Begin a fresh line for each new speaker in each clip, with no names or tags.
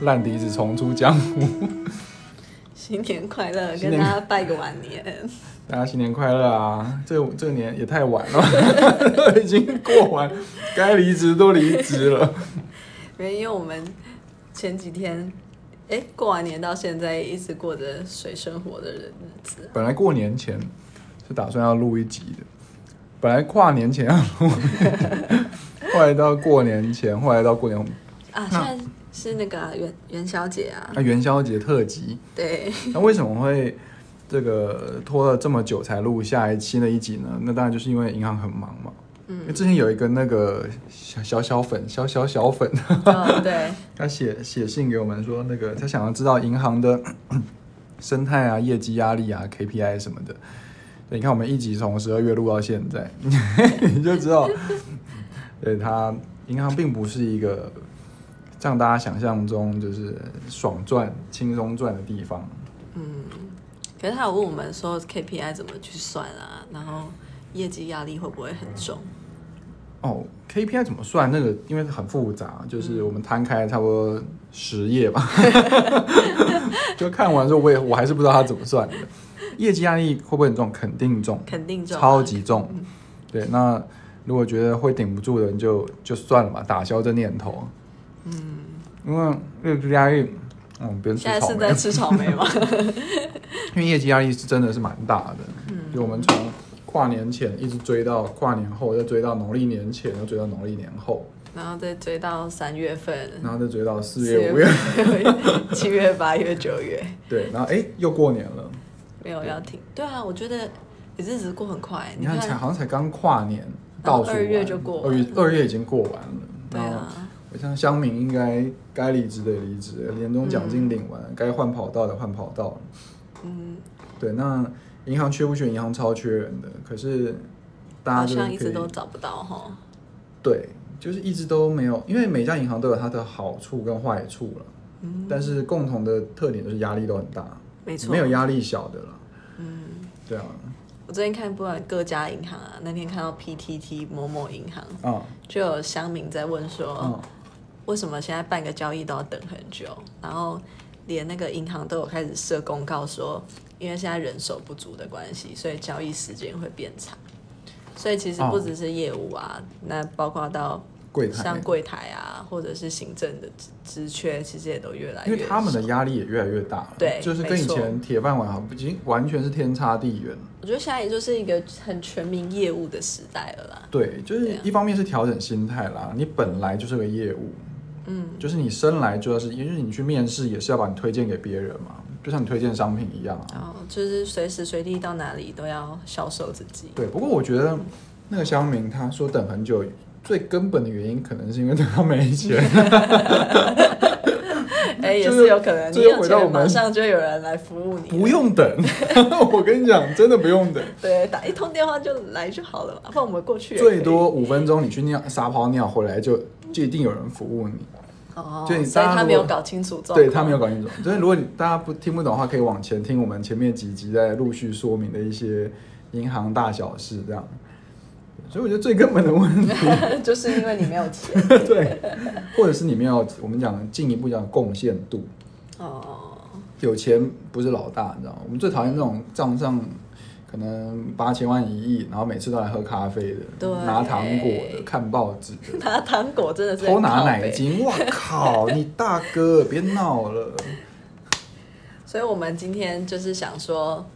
烂梨子重出江湖，
新年快乐，
新
跟
年
大家拜个晚年。
大家新年快乐啊！这这年也太晚了，都 已经过完，该离职都离职了。
因为因为我们前几天，哎，过完年到现在一直过着水深火热的日子。
本来过年前是打算要录一集的，本来跨年前要录，后来到过年前，后来到过年
啊，现在是那个啊、元元宵节啊，
啊元宵节特辑，
对，
那为什么会这个拖了这么久才录下一期的一集呢？那当然就是因为银行很忙嘛。
嗯
因为之前有一个那个小小小粉小小小粉，
哦对，
他写写信给我们说，那个他想要知道银行的 生态啊、业绩压力啊、KPI 什么的。对，你看我们一集从十二月录到现在， 你就知道，对它银行并不是一个像大家想象中就是爽赚、轻松赚的地方。
可是他有问我们说 KPI 怎么去算啊，然后业绩压力会不会很重？
哦，KPI 怎么算？那个因为很复杂，
嗯
就是我们摊开差不多十页 吧， 就看完之后，我也我还是不知道它怎么算的。业绩压力会不会很重？肯定重，
肯定重啊、
超级重。对，那如果觉得会顶不住的，你就就算了吧，打消这念头。嗯，因为业绩压力，嗯，别人吃
现在
草
是
莓
在，吃草莓吗？
因为业绩压力是真的是蛮大的。嗯，就我们从跨年前一直追到跨年后，再追到农历年前，又追到农历年后。
然后再追到三月份，
然后再追到四月、五月，
月、七月、八月、九月，
对，然后哎，又过年了，
没有要停。对啊，我觉得你日子过很快，
你看才
哎看，
好像才刚跨年，
然后
倒数
二月
完
就过
二
完
月
了
二月已经过完了，
对
然后
啊，
我像乡民应该该离职的也离职了，年终奖金领完，该换跑道的换跑道了，
嗯，
对，那银行缺不缺？银行超缺人的，可是大
好
家就是
像一
可
直
以
都找不到哈。
对，就是一直都没有，因为每家银行都有它的好处跟坏处了，
嗯，
但是共同的特点就是压力都很大，
没错，
没有压力小的了，
嗯，
对啊，
我最近看不管各家银行啊，那天看到 PTT 某某银行
嗯
就有乡民在问说，
嗯。
为什么现在办个交易都要等很久？然后连那个银行都有开始设公告说，因为现在人手不足的关系，所以交易时间会变长。所以其实不
哦
只是业务啊，那包括到
柜台，
像柜台啊，或者是行政的职职缺，其实也都越来
因
越
为他们的
少
压力也越来越大了，
对
就是跟以前铁饭碗好，已经完全是天差地远。
我觉得现在也就是一个很全民业务的时代了啦。
对，就是
对啊
一方面是调整心态啦，你本来就是个业务，
嗯，
就是你生来就要是，因为你去面试也是要把你推荐给别人嘛，就像你推荐商品一样啊。
然后就是随时随地到哪里都要销售自 己。
对，不过我觉得那个乡民他说等很久，最根本的原因可能是因为他没 钱，
哎、也
就是
是有可能，你
这就
有
回到我
钱
们
马上就有人来服务你了。
不用等。 我跟你讲，真的不用等，
对，打一通电话就来就好了嘛，不然我们过去也可以
最多五分钟你去尿撒泡尿回来就就一定有人服务你。
哦，
就你
所以
大家
他
如
没有
果
搞清楚状况，
对他没有搞清楚，就是如果你大家不听不懂的话，可以往前听我们前面几集在陆续说明的一些银行大小事这样。所以我觉得最根本的问题，
就是因为你没有钱
对，或者是你们要我们讲进一步讲贡献度，
哦，
有钱不是老大，你知道吗？我们最讨厌那种账上可能八千万一亿，然后每次都来喝咖啡的
对，
拿糖果的，看报纸的，
拿糖果真的是
偷
很
拿
靠
奶
北，
精，哇靠！你大哥别闹了，
所以我们今天就是想说。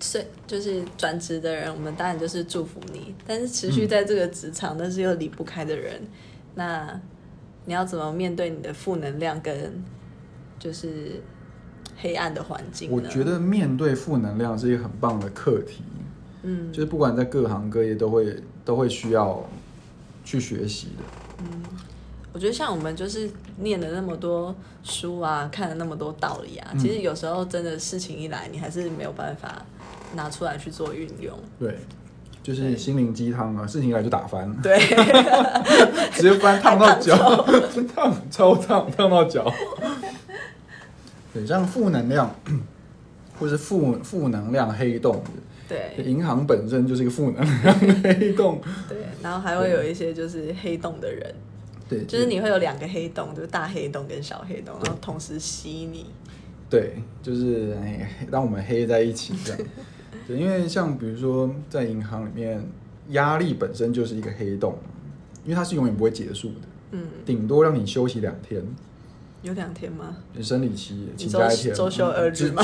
是，就是转职的人，我们当然就是祝福你。但是持续在这个职场，但是又离不开的人，那你要怎么面对你的负能量跟就是黑暗的环境呢？
我觉，得面对负能量是一个很棒的课题，
嗯，
就是不管在各行各业都会都会需要去学习的。
我觉得像我们就是念了那么多书啊，看了那么多道理
嗯
啊，其实有时候真的事情一来，你还是没有办法拿出来去做运用。
对，就是心灵鸡汤啊，事情一来就打翻，
对，
直接翻烫到脚
还，
烫超烫烫到 脚。对，像负能量或是负负能量黑洞，
对，
银行本身就是一个负能量黑洞。
对，然后还会有一些就是黑洞的人，
对，
就是你会有两个黑洞，就是大黑洞跟小黑洞，然后同时吸你。
对，就是哎 让我们黑在一起 这样。对，因为像比如说在银行里面，压力本身就是一个黑洞，因为它是永远不会结束的，
嗯，
顶多让你休息两天，
有两天吗？
生理期
你
请
周
假一天，
周休二日吗？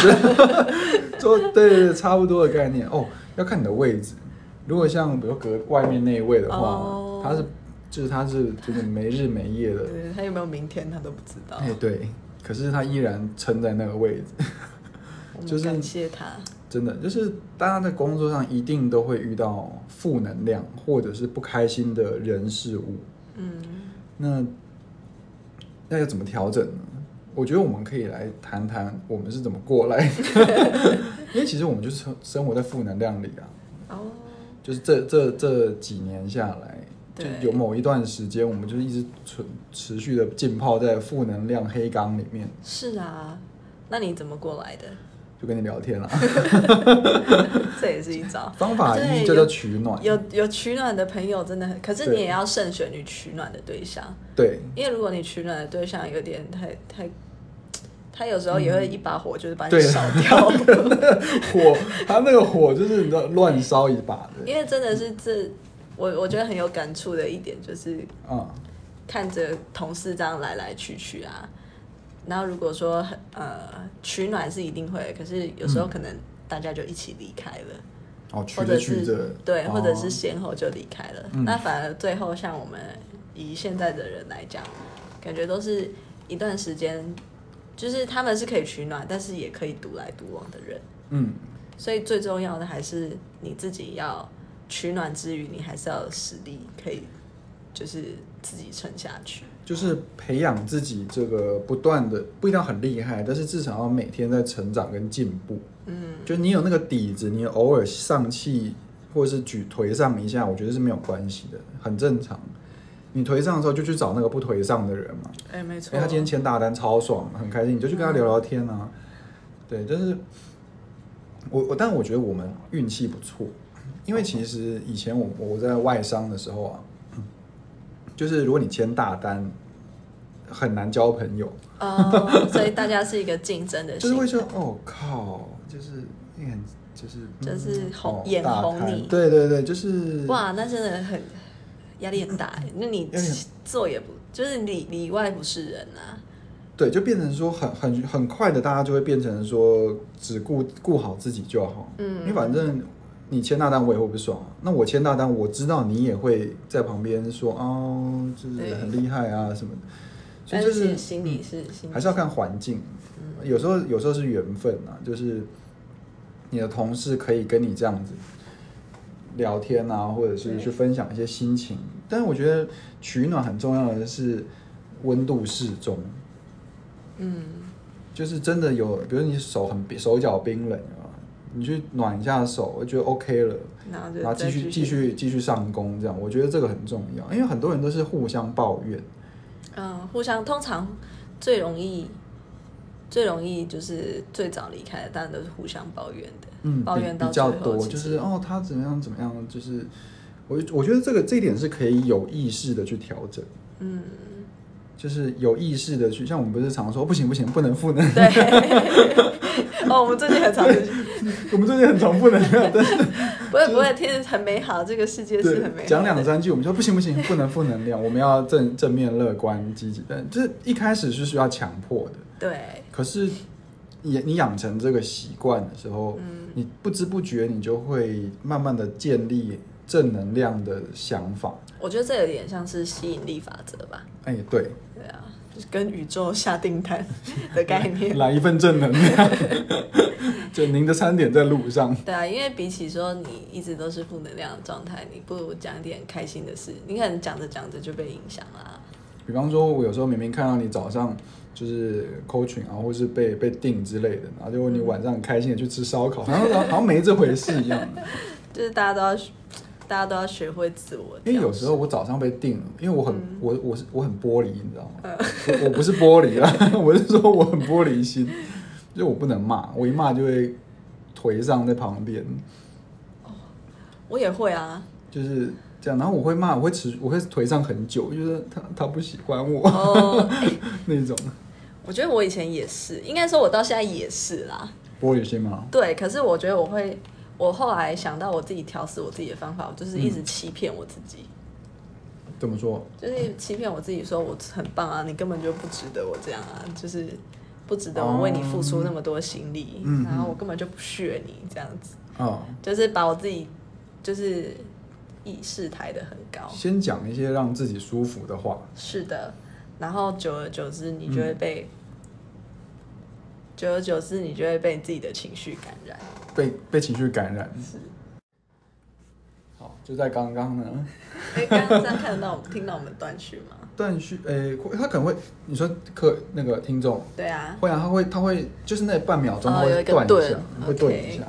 周对对对，差不多的概念哦。要看你的位置，如果像比如隔外面那一位的话，
哦
他是就是他是就是没日没夜的，
对，他有没有明天他都不知道。
哎对，可是他依然撑在那个位置，
我们
就是
感谢他。
真的就是大家在工作上一定都会遇到负能量或者是不开心的人事物，
嗯，
那那要怎么调整呢？我觉得我们可以来谈谈我们是怎么过来的， 因为其实我们就是生生活在负能量里啊。
哦，
就是这这这几年下来，就
对
有某一段时间，我们就是一直存持续的浸泡在负能量黑缸里面，
是啊，那你怎么过来的？
就跟你聊天啦。
这也是一 招。
方法
对
一就叫取暖，
有有取暖的朋友真的很，可是
对
你也要慎选你取暖的对象，
对
因为如果你取暖的对象有点太太，他有时候也会一把火就是把你
嗯对
烧 掉，
火，它那个火就是你知道乱烧一把的，
因为真的是这我我觉得很有感触的一点就是
啊、
看着同事这样来来去去啊，然后如果说呃取暖是一定会，可是有时候可能大家就一起离开了。
哦，取
或
着
者
取着
是，对，
哦
或者是先后就离开了。
嗯
那反而最后像我们以现在的人来讲，感觉都是一段时间，就是他们是可以取暖，但是也可以独来独往的人。
嗯，
所以最重要的还是你自己要取暖之余，你还是要有实力可以就是自己撑下去。
就是培养自己这个不断的，不一定要很厉害，但是至少要每天在成长跟进步。
嗯，
就你有那个底子，你偶尔上气或者是举颓丧一下，我觉得是没有关系的，很正常。你颓丧的时候就去找那个不颓丧的人嘛，
哎、没错
哎、他今天签大单超爽，很开心，你就去跟他聊聊天啊。对，但是我我但我觉得我们运气不错，因为其实以前我我在外商的时候啊，就是如果你签大单，很难交朋友。
哦，所以大家是一个竞 争的
就是
心
会
态。
说哦靠，就是你很就是
就是
嗯
红
哦
眼
大
红
开
你
对对对，就是
哇，那真的很压力很大欸。那你
呃压力很
做也不，就是里里外不是人啊。
对，就变成说很很很快的，大家就会变成说只顾顾好自己就好，
嗯
因为反正你签大单我也会不爽啊，那我签大单我知道你也会在旁边说哦，就是
对
很厉害啊什么的，所
但
以就是是嗯
其实心里是心里嗯
还是要看环境，有时候有时候是缘分啊，就是你的同事可以跟你这样子聊天啊，或者是
对
去分享一些心情。但我觉得取暖很重要的是温度适中，
嗯，
就是真的有，比如你手很冰手脚冰冷啊，你去暖一下手，我觉得 OK 了。
然后就
然后
再
继续继续继续上工，这样我觉得这个很重要，因为很多人都是互相抱怨，
嗯，互相通常最容易最容易就是最早离开的，当然都是互相抱怨 的，
嗯，
抱
比
怨到
比较
最后
多，
其
就是
实
哦，他怎么样怎么样，就是我我觉得这个这一点是可以有意识的去调整，
嗯，
就是有意识的去，像我们不是常说不行不行不能负能，
对。 哦，我们最近很常就是，
我们最近很常负能量， 但是
不会不会，天很美好，这个世界是很美好的。
讲两三句我们说不行不行不能负能量，我们要正正面乐观积极，但就是一开始是需要强迫的，
对，
可是你你养成这个习惯的时候，
嗯
你不知不觉你就会慢慢的建立正能量的想法，
我觉得这有点像是吸引力法则吧。
哎对。
对啊，就是跟宇宙下订单的概念。
来一份正能量。 就您的餐点在路上，
对啊，因为比起说你一直都是负能量的状态，你不如讲点开心的事。你可能讲着讲着就被影响啦。
比方说，我有时候明明看到你早上就是 coaching 啊，或是被被定之类的，然后就问你晚上很开心的去吃烧烤，好像好像没这回事一样。
就是大家都要学，大家都要学会自我调试。
因哎为有时候我早上被定了，因为我很、我我是我很玻璃，你知道吗？我我不是玻璃啊， 我是说我很玻璃心，就我不能骂，我一骂就会颓丧在旁边，
我也会啊，
就是这样，然后我会骂，我会持，我会颓丧很久，就是他他不喜欢我、
哦，
那种。
我觉得我以前也是，应该说我到现在也是啦。
玻璃心吗？
对，可是我觉得我会，我后来想到我自己调试我自己的方法，我就是一
嗯
直欺骗我自己，
怎么说？
就是欺骗我自己说我很棒啊，你根本就不值得我这样啊，就是不值得我为你付出那么多心力，
嗯嗯
然后我根本就不屑你这样子，
哦，
就是把我自己就是意识抬得很高。
先讲一些让自己舒服的话。
是的，然后久而久之，你
嗯
就会被。久而久之，你就会被自己的情绪感染。
被被情绪感染。
是，
好，就在刚刚呢，
哎，刚刚这样看得到我们、听到我们断续吗？
断续，诶、会他可能会，你说客那个听众
对啊，
会啊，他会他会就是那半秒钟
哦
他
有
会
一个
断一下，
顿
会
OK
顿一下。对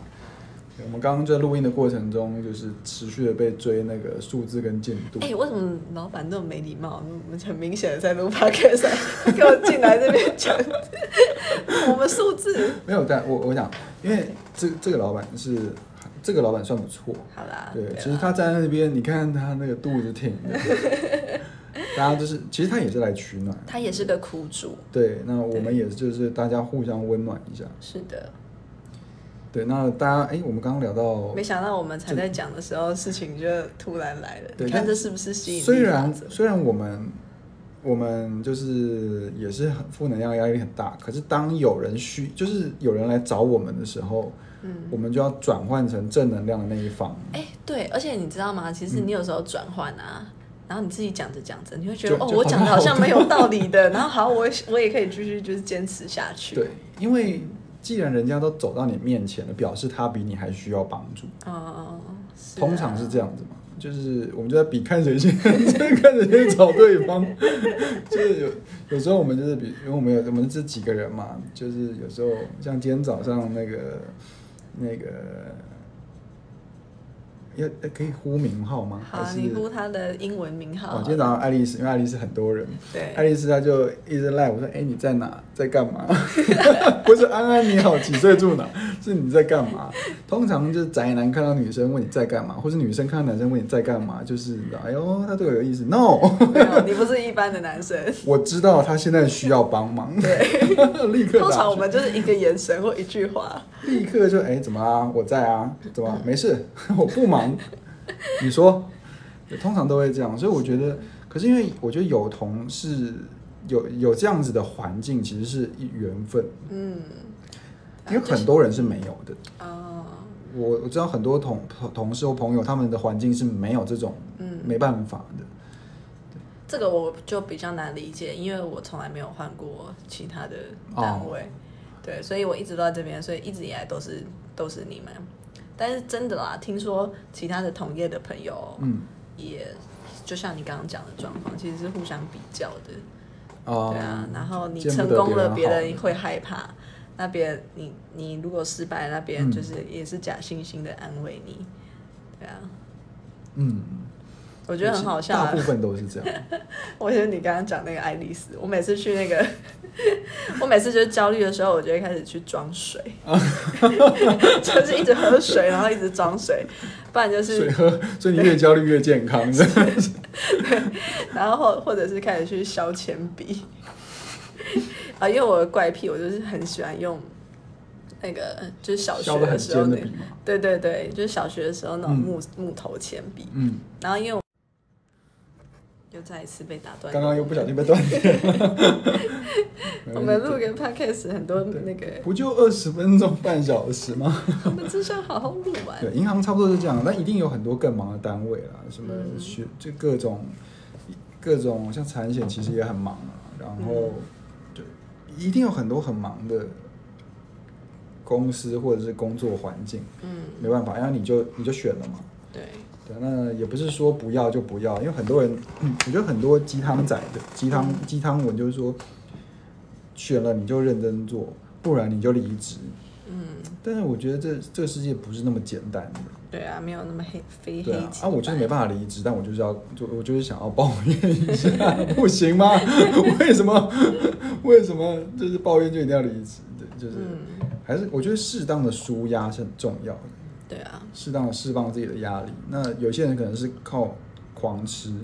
我们刚刚在录音的过程中，就是持续的被追那个数字跟进度。
哎、为什么老板那么没礼貌？我们很明显的在录 podcast，他给我进来这边讲我们数字。
没有，但我我想，因为这这个老板是这个老板算不错，
好啦，
对，其
啦
实他站在那边，你看他那个肚子挺 的，大家就是其实他也是来取暖，
他也是个苦主，
对，那我们
对
也就是大家互相温暖一下。
是的。
对，那大家哎、我们刚刚聊到
没，想到我们才在讲的时候，事情就突然来了。
对
你
但
看这是不是吸引力
虽
法
然
则
虽然我们我们就是也是很负能量，压力很大，可是当有人需就是有人来找我们的时候，
嗯，
我们就要转换成正能量的那一方，
哎、对，而且你知道吗？其实
嗯
你有时候转换啊。然后你自己讲着讲着，你会觉得
就
哦，
就
我
好
讲的好
好
像没有道理的。然后好，我也我也可以继续就是坚持下去。
对，因为既然人家都走到你面前了，表示他比你还需要帮助，
哦，是
通
啊
常是这样子嘛。就是我们就在比看谁先， 看谁先找对方。 就是有有时候我们就是比，因为我们有我们是几个人嘛，就是有时候像今天早上那个那个，要呃可以呼名号吗？
好
还，是
你呼他的英文名号好
哦哎
了。
今天早上爱丽丝，因为爱丽丝很多人，爱
对，
丽丝她就一直赖我说：“哎、你在哪？在干嘛？” 不是安安你好，几岁住哪？是你在干嘛？通常就是宅男看到女生问你在干嘛，或是女生看到男生问你在干嘛，就是你知道哎呦，他对我有意思。No，
没有，你不是一般的男生。
我知道他现在需要帮忙， 立刻打
通常我
去
们就是一个眼神或一句 话。
立刻就哎、怎么啦？我在啊，怎么没事？ 我不忙。你说，对通常都会这样，所以我觉得，可是因为我觉得有同事有有这样子的环境，其实是一缘分。
嗯，
因
啊
为很多人是没有的。
哦，
我我知道很多同同事或朋友，他们的环境是没有这种，
嗯
没办法的。
这个我就比较难理解，因为我从来没有换过其他的
哦
单位，对，所以我一直都在这边，所以一直以来都是都是你们。但是真的啦，听说其他的同业的朋友
嗯，
也，就像你刚刚讲的状况，其实是互相比较的。
哦、
对啊，然后你
见不
成
得
功了，
别
别
人好
人会害怕；那别人你你如果失败，那
嗯
别人就是也是假惺惺的安慰你。对啊，
嗯，
我觉得很好笑、
大
啊
部。分都是这 样。
我觉得你刚刚讲那个爱丽丝，我每次去那个， 我每次就是焦虑的时候，我就会开始去 装水， 就是一直喝水，然后一直装水，不然就
所以
是，
喝，所以你越焦虑越健康。
然后或或者是开始去削铅笔。啊，因为我的怪癖，我就是很喜欢用那个，就是小学
削的很
时候
尖的
那
笔嗯嘛。
对对对，就是小学的时候那种木、木头铅笔，
嗯，
然后因为我又再一次被打断，
刚刚又不小心被断电 了。
我们录个 podcast 很多那个，
不就二十分钟、半小时吗？
我们只想好好录完。
对，银行差不多是这样，但一定有很多更忙的单位啦，什么
嗯
学就各种各种像产险其实也很忙啊，然后
嗯
就一定有很多很忙的公司或者是工作环境，
嗯，
没办法，然后你就你就选了嘛。
对，
对，那也不是说不要就不要，因为很多人，嗯我觉得很多鸡汤仔的鸡汤鸡汤文就是说，选了你就认真做，不然你就离职。
嗯，
但是我觉得这这个世界不是那么简单的。
对啊，没有那么黑非黑
对啊，
即
啊，我就是没
白
办法离职，但我就是要，就我就是想要抱怨一下，不行吗？ 为什么？为什么就是抱怨就一定要离职？对，就是、
嗯，
还是我觉得适当的舒压是很重要的，
对啊，
适当的释放自己的压力。那有些人可能是靠狂吃，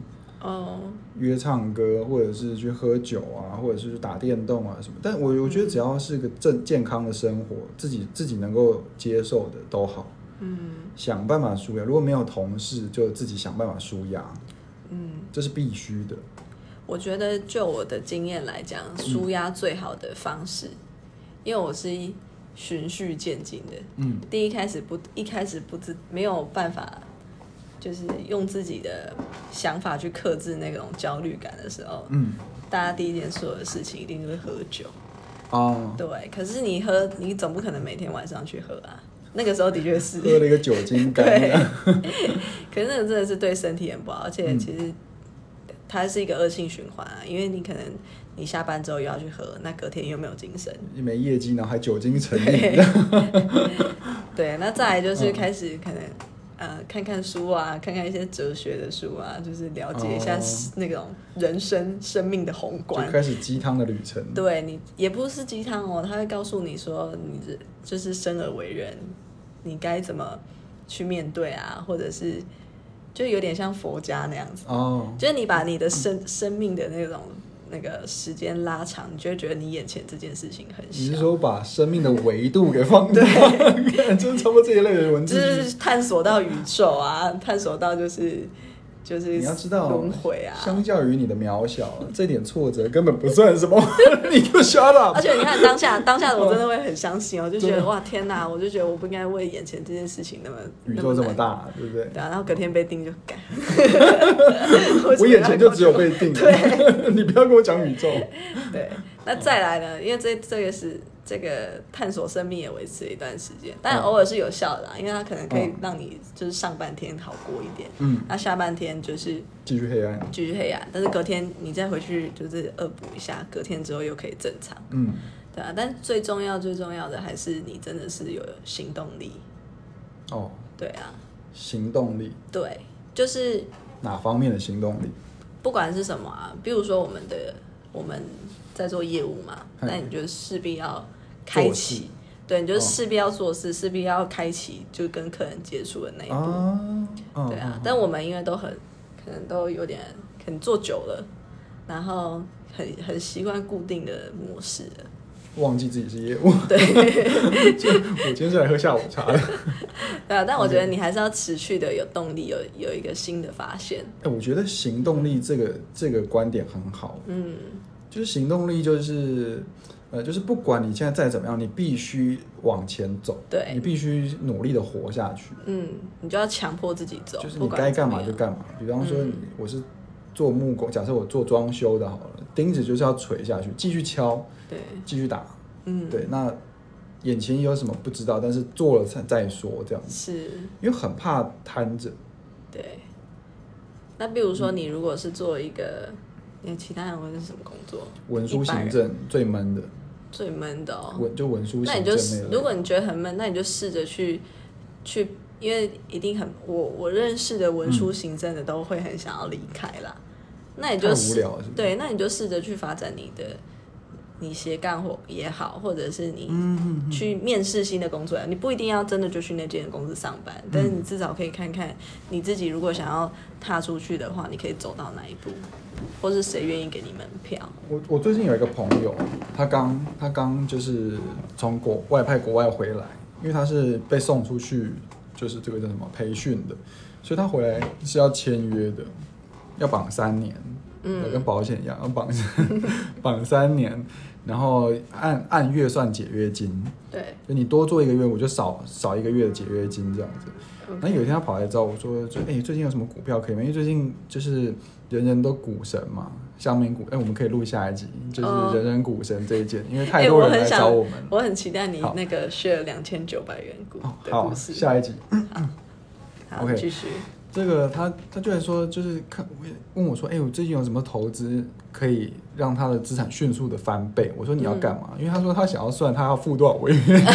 哦，
约唱歌，或者是去喝酒啊，或者是去打电动啊什么。但我我觉得只要是个正健康的生活，自己自己能够接受的都好，
嗯
想办法舒压。如果没有同事，就自己想办法舒压，
嗯，
这是必须的。
我觉得就我的经验来讲，舒压最好的方式，因为我是循序渐进的，
嗯
第一开始不一开始不知没有办法，就是用自己的想法去克制那种焦虑感的时候，
嗯
大家第一件做的事情一定就是喝酒。
啊，
对，可是你喝，你总不可能每天晚上去喝啊。那个时候的确是，
喝了一个酒精感
对
染。
可是那个真的是对身体很不好，而且
嗯
其实它是一个恶性循环啊，因为你可能你下班之后又要去喝，那隔天又没有精神。
没业绩，然后还酒精成 瘾，
对，对，那再来
嗯
就是开始可能、呃看看书啊，看看一些哲学的书啊，就是了解一下
哦
那种人生生命的宏
就
观。
开始鸡汤的旅程。
对你也不是鸡汤哦，他会告诉你说，你这就是生而为人，你该怎么去面对啊，或者是就有点像佛家那样子，
哦，
就是你把你的生生命的那种那个时间拉长，你就会觉得你眼前这件事情很
你
小
是，说把生命的维度给放大？看 就是差不多这一类的文
就
字剧。
是探索到宇宙啊，探索到就是就是
你要知道
轮回啊，
相较于你的渺小，这点挫折根本不算什么。 你就 shut
而
up。
且你看 当下，当下我真的会很伤心哦，就觉
真
得
的
哇天哪，我就觉得我不应该为眼前这件事情那么
宇宙这么，
那
大，对不对
难？对啊，然后隔天被定就 干，
我眼前就只有
为
被定。对， 你不要跟我讲宇宙。
什么要对，那
嗯
再来呢？因为这这个是这个探索生命也维持了一段时间，但
嗯
偶尔是有效的啦，因为它可能可以
嗯
让你就是上半天好过一点，
嗯，
那下半天就是
继续黑暗。
继续黑暗，但是隔天你再回去就是恶补一下，隔天之后又可以正常。
嗯，
对啊，但最重要、最重要的还是你真的是有行动力。
哦，
对啊，
行动力
对，就是
哪方面的行动力？
不管是什么啊，比如说我们的我们在做业务嘛，
嗯
那你就势必要开
做事
启，对，你就
哦
势必要做事，势必要开启就跟客人接触的那一步。
啊，嗯
对啊
嗯，
但我们因为都很可能都有点可能做久了，然后很很习惯固定的模式了。
忘记自己是业务。对， 我今天是来喝下午茶的。
对啊，但我觉得你还是要持续的有动力，有有一个新的发现。
哎，我觉得行动力这个这个观点很好，
嗯，
就是行动力，就是呃，就是不管你现在再怎么样，你必须往前走，
对
你必须努力的活下去，
嗯，你就要强迫自己走，
就是
不
你
管
该
怎
干
么
嘛就
样
干嘛。比方说
嗯，
我是做木工，假设我做装修的好了，钉子就是要锤下去，继续敲，
对，
继续打，
嗯，
对，那眼前有什么不知道，但是做了再再说这样子，
是，
因为很怕摊着，
对。那比如说，
嗯
你如果是做一个，你其他人会是什么工作？
文
一
书
般
行
人
政最闷的，
最闷的哦。
文就文书
那
行
你
政
就
类
试
的，
如果你觉得很闷，那你就试着去去，因为一定很我我认识的文书行政的都会很想要离开啦。那你就
嗯太
试
无聊了是不是
对，那你就试着去发展你的你斜杠或也好，或者是你去
嗯
面试新的工作呀，啊你不一定要真的就去那间公司上班，
嗯
但是你至少可以看看你自己，如果想要踏出去的话，你可以走到哪一步，或是谁愿意给你门票。
我我最近有一个朋友，他刚他刚就是从国外派国外回来，因为他是被送出去，就是这个叫什么培训的，所以他回来是要签约的，要绑三年，
嗯
跟保险一样，要绑 绑三年，然后按按月算解约金，
对，
就你多做一个月，我就少少一个月的解约金这样子。那有一天他跑来找我说：“就哎、最近有什么股票可以吗？因为最近就是人人都股神嘛，香民股。哎、我们可以录下一集，就是
哦
人人股神这一件，因为
哎
太多
我
人
很
来
想
找我们。
我很期待你
好
那个 share 两千九百元股
哦，
的
好，
故事。
下一集
好，
OK
继续。
这个他他居然说就是看问我说：哎、我最近有什么投资可以让他的资产迅速的翻倍？我说你要
嗯
干嘛？因为他说他想要算他要付多少违约金，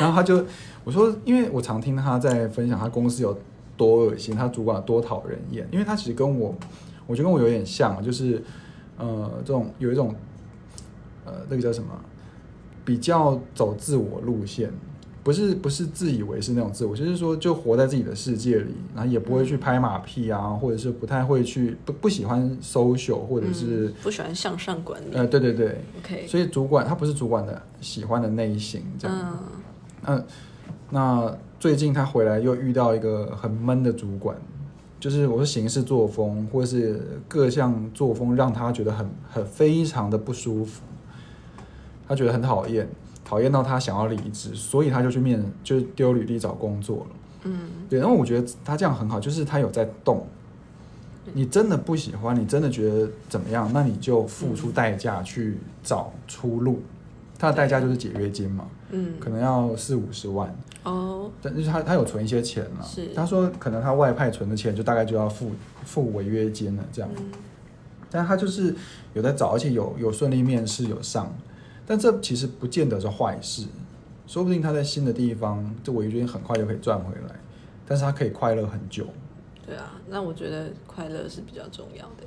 然后他就我说，因为我常听他在分享他公司有多恶心，他主管有多讨人厌，因为他其实跟我，我觉得跟我有点像，啊就是呃，这种有一种呃，那个叫什么，比较走自我路线，不是不是自以为是那种自我，就是说就活在自己的世界里，然后也不会去拍马屁啊，或者是不太会去不不喜欢 social，或者是、
嗯不喜欢向上管理。
呃对对对，
OK，
所以主管他不是主管的喜欢的类型这样。
嗯，
嗯，那最近他回来又遇到一个很闷的主管，就是我说行事作风或是各项作风让他觉得很很非常的不舒服，他觉得很讨厌，讨厌到他想要离职，所以他就去面就是丢履历找工作了。嗯，对，然后我觉得他这样很好，就是他有在动。你真的不喜欢，你真的觉得怎么样，那你就付出代价去找出路。他的代价就是解约金嘛。
嗯，
可能要四五十万，
哦，
但是他他有存一些钱了
是。
他说可能他外派存的钱就大概就要付付违约金了这样。
嗯
但他就是有在找，而且有有顺利面试有上，但这其实不见得是坏事，说不定他在新的地方这违约金很快就可以赚回来，但是他可以快乐很久。
对啊，那我觉得快乐是比较重要的。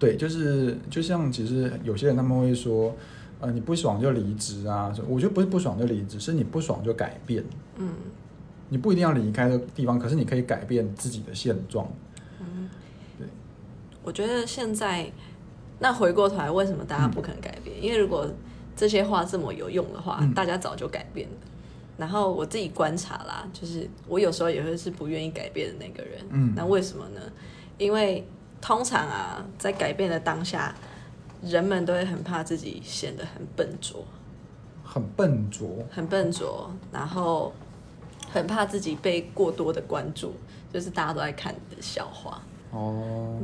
对，就是就像其实有些人他们会说，呃，你不爽就离职啊，我觉得不是不爽就离职，是你不爽就改变。
嗯，
你不一定要离开这个地方，可是你可以改变自己的现状。
我觉得现在，那回过头来，为什么
嗯
大家不肯改变？因为如果这些话这么有用的话，
嗯
大家早就改变了。然后我自己观察啦，就是我有时候也会是不愿意改变的那个人。
嗯
那为什么呢？因为通常啊，在改变的当下，人们都会很怕自己显得很笨拙，
很笨拙，
很笨拙，然后很怕自己被过多的关注，就是大家都在看你的笑话。
哦，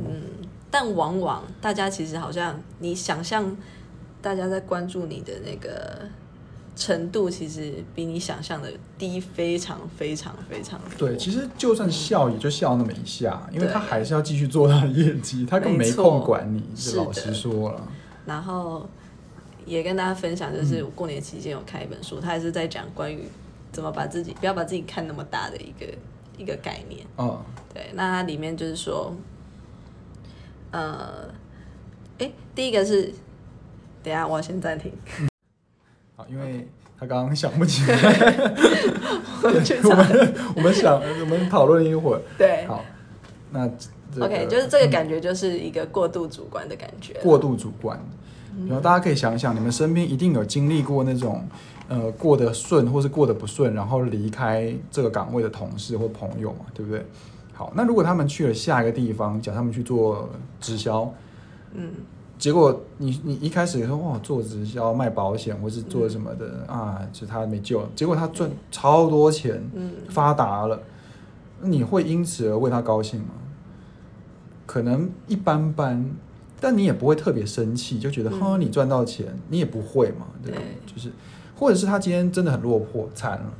但往往大家其实好像你想象大家在关注你的那个程度，其实比你想象的低非常非常非常多。
对，其实就算笑也就笑那么一下，因为
对
他还是要继续做他的业绩，他根本
没
没
错
空管你。
是
这老
的
实说了，
然后也跟大家分享，就是我过年期间有看一本书，它也是在讲关于怎么把自己不要把自己看那么大的一个一个概念。
嗯，
对，那它里面就是说，呃，哎，第一个是，等一下我要先暂停，
好，因为他刚刚想不起来，
我去
我
查。
们我们想我们讨论一会儿。
对
好，那这个
OK，就是这个感觉，就是一个过度主观的感觉。嗯
过度主观。然后大家可以想想，你们身边一定有经历过那种，呃，过得顺或是过得不顺，然后离开这个岗位的同事或朋友嘛，对不对？好，那如果他们去了下一个地方，假如他们去做直销，
嗯，
结果你你一开始说哇做直销卖保险或是做什么的、啊，就他没救了，结果他赚超多钱，
嗯，
发达了，你会因此而为他高兴吗？可能一般般，但你也不会特别生气，就觉得
嗯
哈、你赚到钱，你也不会嘛，对不对？
对
就是，或者是他今天真的很落魄，惨了，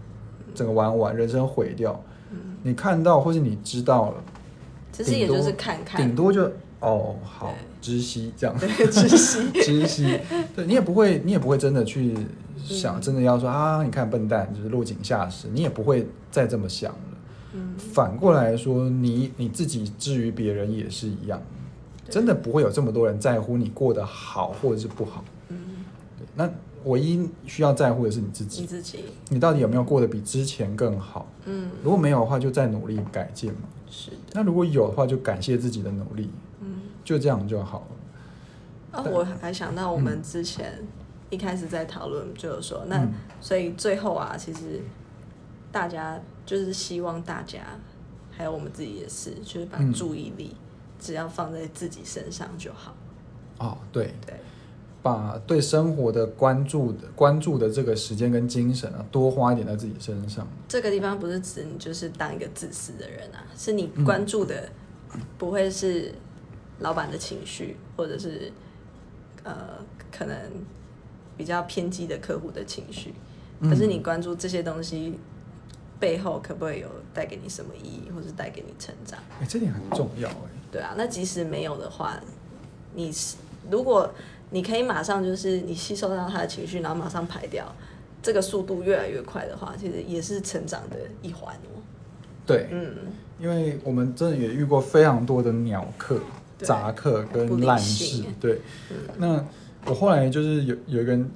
整个玩完，人生毁掉，
嗯
你看到或是你知道了，
其实也就是看
顶
看，
多就哦好知悉这样。
对，窒息。
知悉，对你也不会，你也不会真的去
嗯
想，真的要说啊，你看笨蛋，就是落井下石，你也不会再这么想了。
嗯
反过来说，你你自己至于别人也是一样，真的不会有这么多人在乎你过得好或者是不好。
嗯，
对那唯一需要在乎的是你自
你
己，
自己，
你到底有没有过得比之前更好？
嗯，
如果没有的话，就再努力改进嘛。
是，
那如果有的话，就感谢自己的努力，
嗯。
就这样就好了。
啊，我还想到我们之前一开始在讨论，就是说，那
嗯
所以最后啊，其实大家就是希望大家，还有我们自己也是，就是把
嗯
注意力只要放在自己身上就好。
哦，对，
对，
把对生活的关注的关注的这个时间跟精神啊，多花一点在自己身上。
这个地方不是指你就是当一个自私的人啊，是你
嗯
关注的不会是老板的情绪，或者是呃可能比较偏激的客户的情绪，
嗯
可是你关注这些东西背后可不会有带给你什么意义，或是带给你成长？
哎，这点很重要哎。
对啊，那即使没有的话，你是如果你可以马上就是你吸收到他的情绪，然后马上排掉，这个速度越来越快的话，其实也是成长的一环哦。
对，
嗯，
因为我们真的也遇过非常多的鸟客、
对
杂客
不
跟
理
烂
性
事。
嗯
对，那我后来就是有有一个人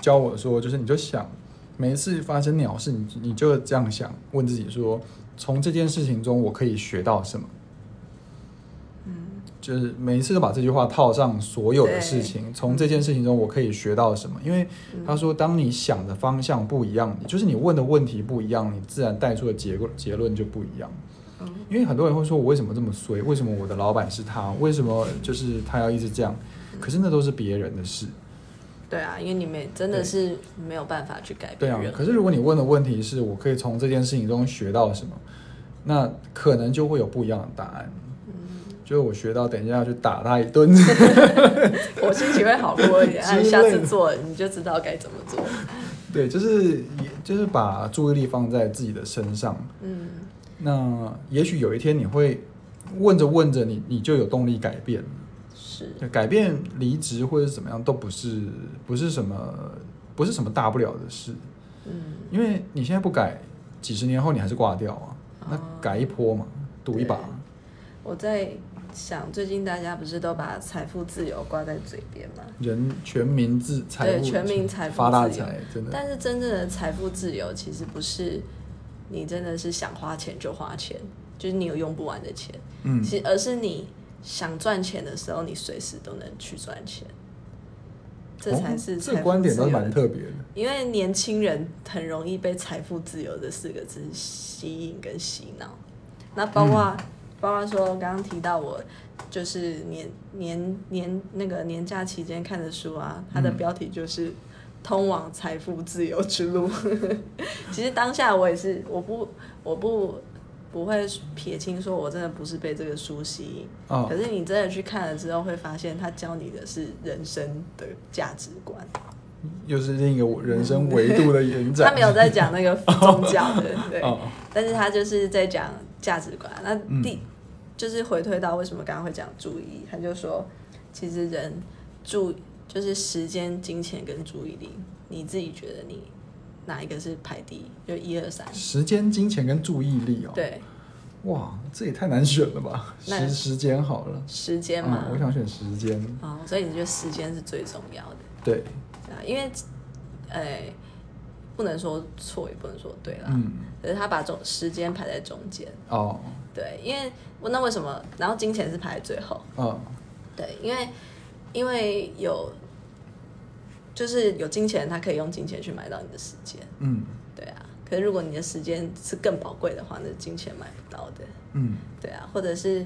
教我说，就是你就想，每一次发生鸟事，你你就这样想，问自己说，从这件事情中我可以学到什么？嗯，就是每一次都把这句话套上所有的事情，从这件事情中我可以学到什么？因为
嗯
他说，当你想的方向不一样，就是你问的问题不一样，你自然带出的结果结论就不一样。因为很多人会说，我为什么这么衰？为什么我的老板是他？为什么就是他要一直这样？可是那都是别人的事。
对啊，因为你们真的是没有办法去改
对
变
啊
哎人，，
可是如果你问的问题是我可以从这件事情中学到什么，那可能就会有不一样的答案。就是我学到，等一下要去打他一顿。
我心情会好过一点。
之类
哎，
的
下次做你就知道该怎么做。
对，就是也就是把注意力放在自己的身上。
嗯，
那也许有一天你会问着问着你，你就有动力改变。
是，
改变离职或者是怎么样，都不是不是什么不是什么大不了的事，
嗯，
因为你现在不改，几十年后你还是挂掉啊。那
哦
改一波嘛，赌一把。
我在想，最近大家不是都把财富自由挂在嘴边吗？
人全民自财
对
富
全民财富
发大
自由
财，真的
但是真正的财富自由，其实不是你真的是想花钱就花钱，就是你有用不完的钱，
嗯
其实而是你想赚钱的时候，你随时都能去赚钱，这才是
哦、
财
这
富
个观点
自
倒
由
是
的
蛮特别的。
因为年轻人很容易被“财富自由”这四个字吸引跟洗脑。那包括、
嗯
包括说刚刚提到我就是年年年那个年假期间看的书啊，它的
嗯
标题就是。通往财富自由之路。 其实当下我也是，我不，我不不会撇清说，我真的不是被这个书吸引。
哦
可是你真的去看了之后，会发现它教你的是人生的价值观。
又是另一个人生维度的延展。
他没有在讲 那个宗教的，对，
哦，
但是他就是在讲价值观。啊那
嗯
第、就是回推到为什么刚刚会讲注意，他就说，其实人注就是时间、金钱跟注意力，你自己觉得你哪一个是排第一？就一二三，
时间、金钱跟注意力哦。，
对，
哇，这也太难选了吧？
那
时时间好了，
时间嘛
嗯，，我想选时间。
哦，所以你觉得时间是最重要的，
对，
对啊，因为，呃，不能说错，也不能说对啊啦，
嗯，
可是他把中时间排在中间。
哦，
对，因为那为什么？然后金钱是排在最后，
嗯，
对，因为因为有就是有金钱，他可以用金钱去买到你的时间，
嗯，
对啊。可是如果你的时间是更宝贵的话，那金钱买不到的，
嗯，
对啊。或者是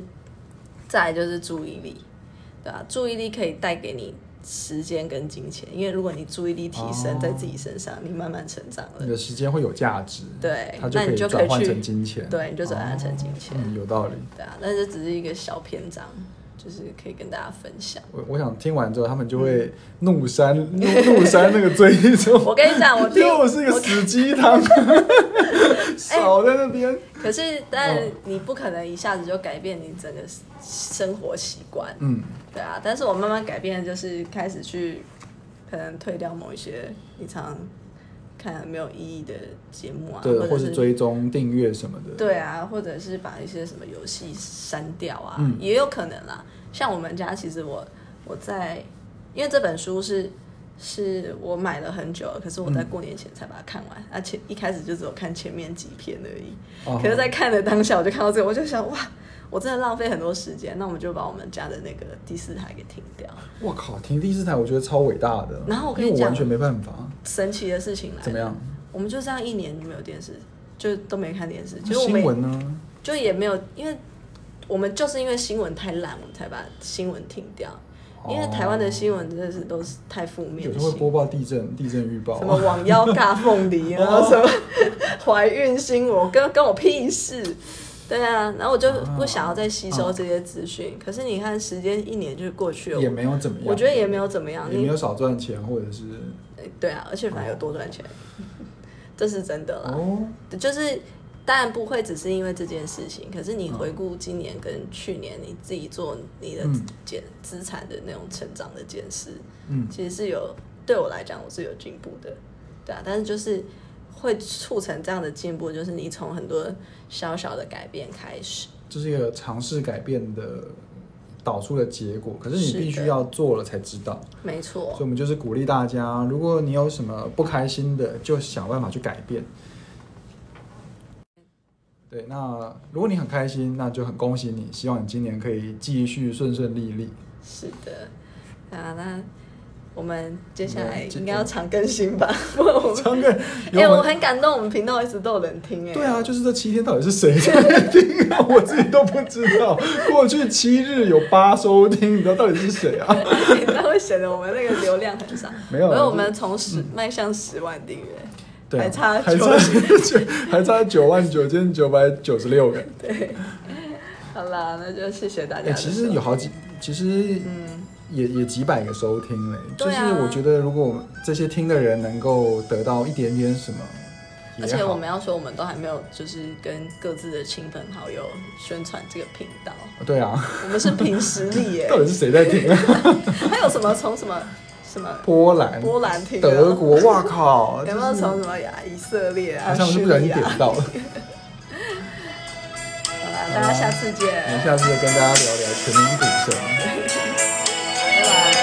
再来就是注意力，对啊，注意力可以带给你时间跟金钱，因为如果你注意力提升
哦
在自己身上，你慢慢成长
你
了，
的时间会有价值，
对
嗯它，就
那
可
你
以
就可
转
以
换
去
成金钱，
对，你就转换成金钱。
嗯，有道理。
对啊，那这只是一个小篇章，就是可以跟大家分享。
我我想听完之后，他们就
嗯
会怒删怒怒删那个追踪，
我跟你讲，我听，
又是一个
我哎
死鸡 汤，少在那边。
可是，但
嗯
你不可能一下子就改变你整个生活习惯，
嗯，
对啊。但是我慢慢改变，就是开始去可能退掉某一些你常看没有意义的节目啊，
对，
或
或
者
是
是
追踪订阅什么的。
对啊，或者是把一些什么游戏删掉啊，
嗯
也有可能啦。像我们家，其实我我在，因为这本书是是我买了很久了，可是我在
嗯
过年前才把它看完，而且、一开始就只有看前面几篇而已。
哦，
可是，在看的当下，我就看到这个，我就想哇，我真的浪费很多时间。那我们就把我们家的那个第四台给停掉。
我哦靠，停第四台，我觉得超伟大的。
然后我跟
因
你
为我完
讲
全没办法，
神奇的事情来了，
怎么样？
我们就这样一年没有电视，就都没看电视。其实我们
新闻呢？
就也没有，因为我们就是因为新闻太烂，我们才把新闻停掉。因为台湾的新闻真的是都是太负面
有
的
时候会
新
播
闻，
报地震、地震预报
什么网妖尬凤 梨啊，
哦
什么 怀孕新闻，跟跟我屁事。对啊，然后我就
啊
不想要再吸收这些资讯。可是你看，时间一年就过去了，
也没有怎么样，
我觉得也没有怎么样。
也没
你
有少赚钱，或者是
对啊，而且反而有多赚钱， 这是真的啦。
哦，
就是当然不会只是因为这件事情，可是你回顾今年跟去年你自己做你的
嗯
减资产的那种成长的检视，
嗯
其实是有对我来讲我是有进步的，对啊，但是就是会促成这样的进步，就是你从很多小小的改变开始，
这是一个尝试改变的导出的结果，可是你
是的
必须要做了才知道。
没错
所以，我们就是鼓励大家，如果你有什么不开心的，就想办法去改变。对，那如果你很开心，那就很恭喜你，希望你今年可以继续顺顺利利。
是的。啊，那我们接下
我
来
们今
应该要常更新 吧？不然我们
张哥，
哎、
有
我
没有
很感动，我们频道一直都有人听哎、
对啊，就是这七天到底是谁在听啊？我自己都不知 道。过去七日有八收听，你知道到底是谁啊？
那会显得我们那个流量很少。
没有啊
因为我
就
们从十迈向十万订阅，
对啊，
还差
还
九
差九，还差九万九千九百九十六个。
对。好啦，那就谢谢大
哎、
家的收
其
听。
实有好几，其实也也几百个收听嘞、就
嗯对
是
啊
我觉得，如果我们这些听的人能够得到一点点什么也
而
好，
且我们要说，我们都还没有就是跟各自的亲朋好友宣传这个频道，
对啊，
我们是凭实力耶
到。底是谁在听啊？
还有什么从什么什么
波兰、
波兰听、啊，
德，国，哇靠！
有没有从什么呀以色列啊、
好像是不小
叙
心
利亚
点？到了。
好啦，
嗯
大家下次见，
我们下次再跟大家聊聊全民股神。
拜拜。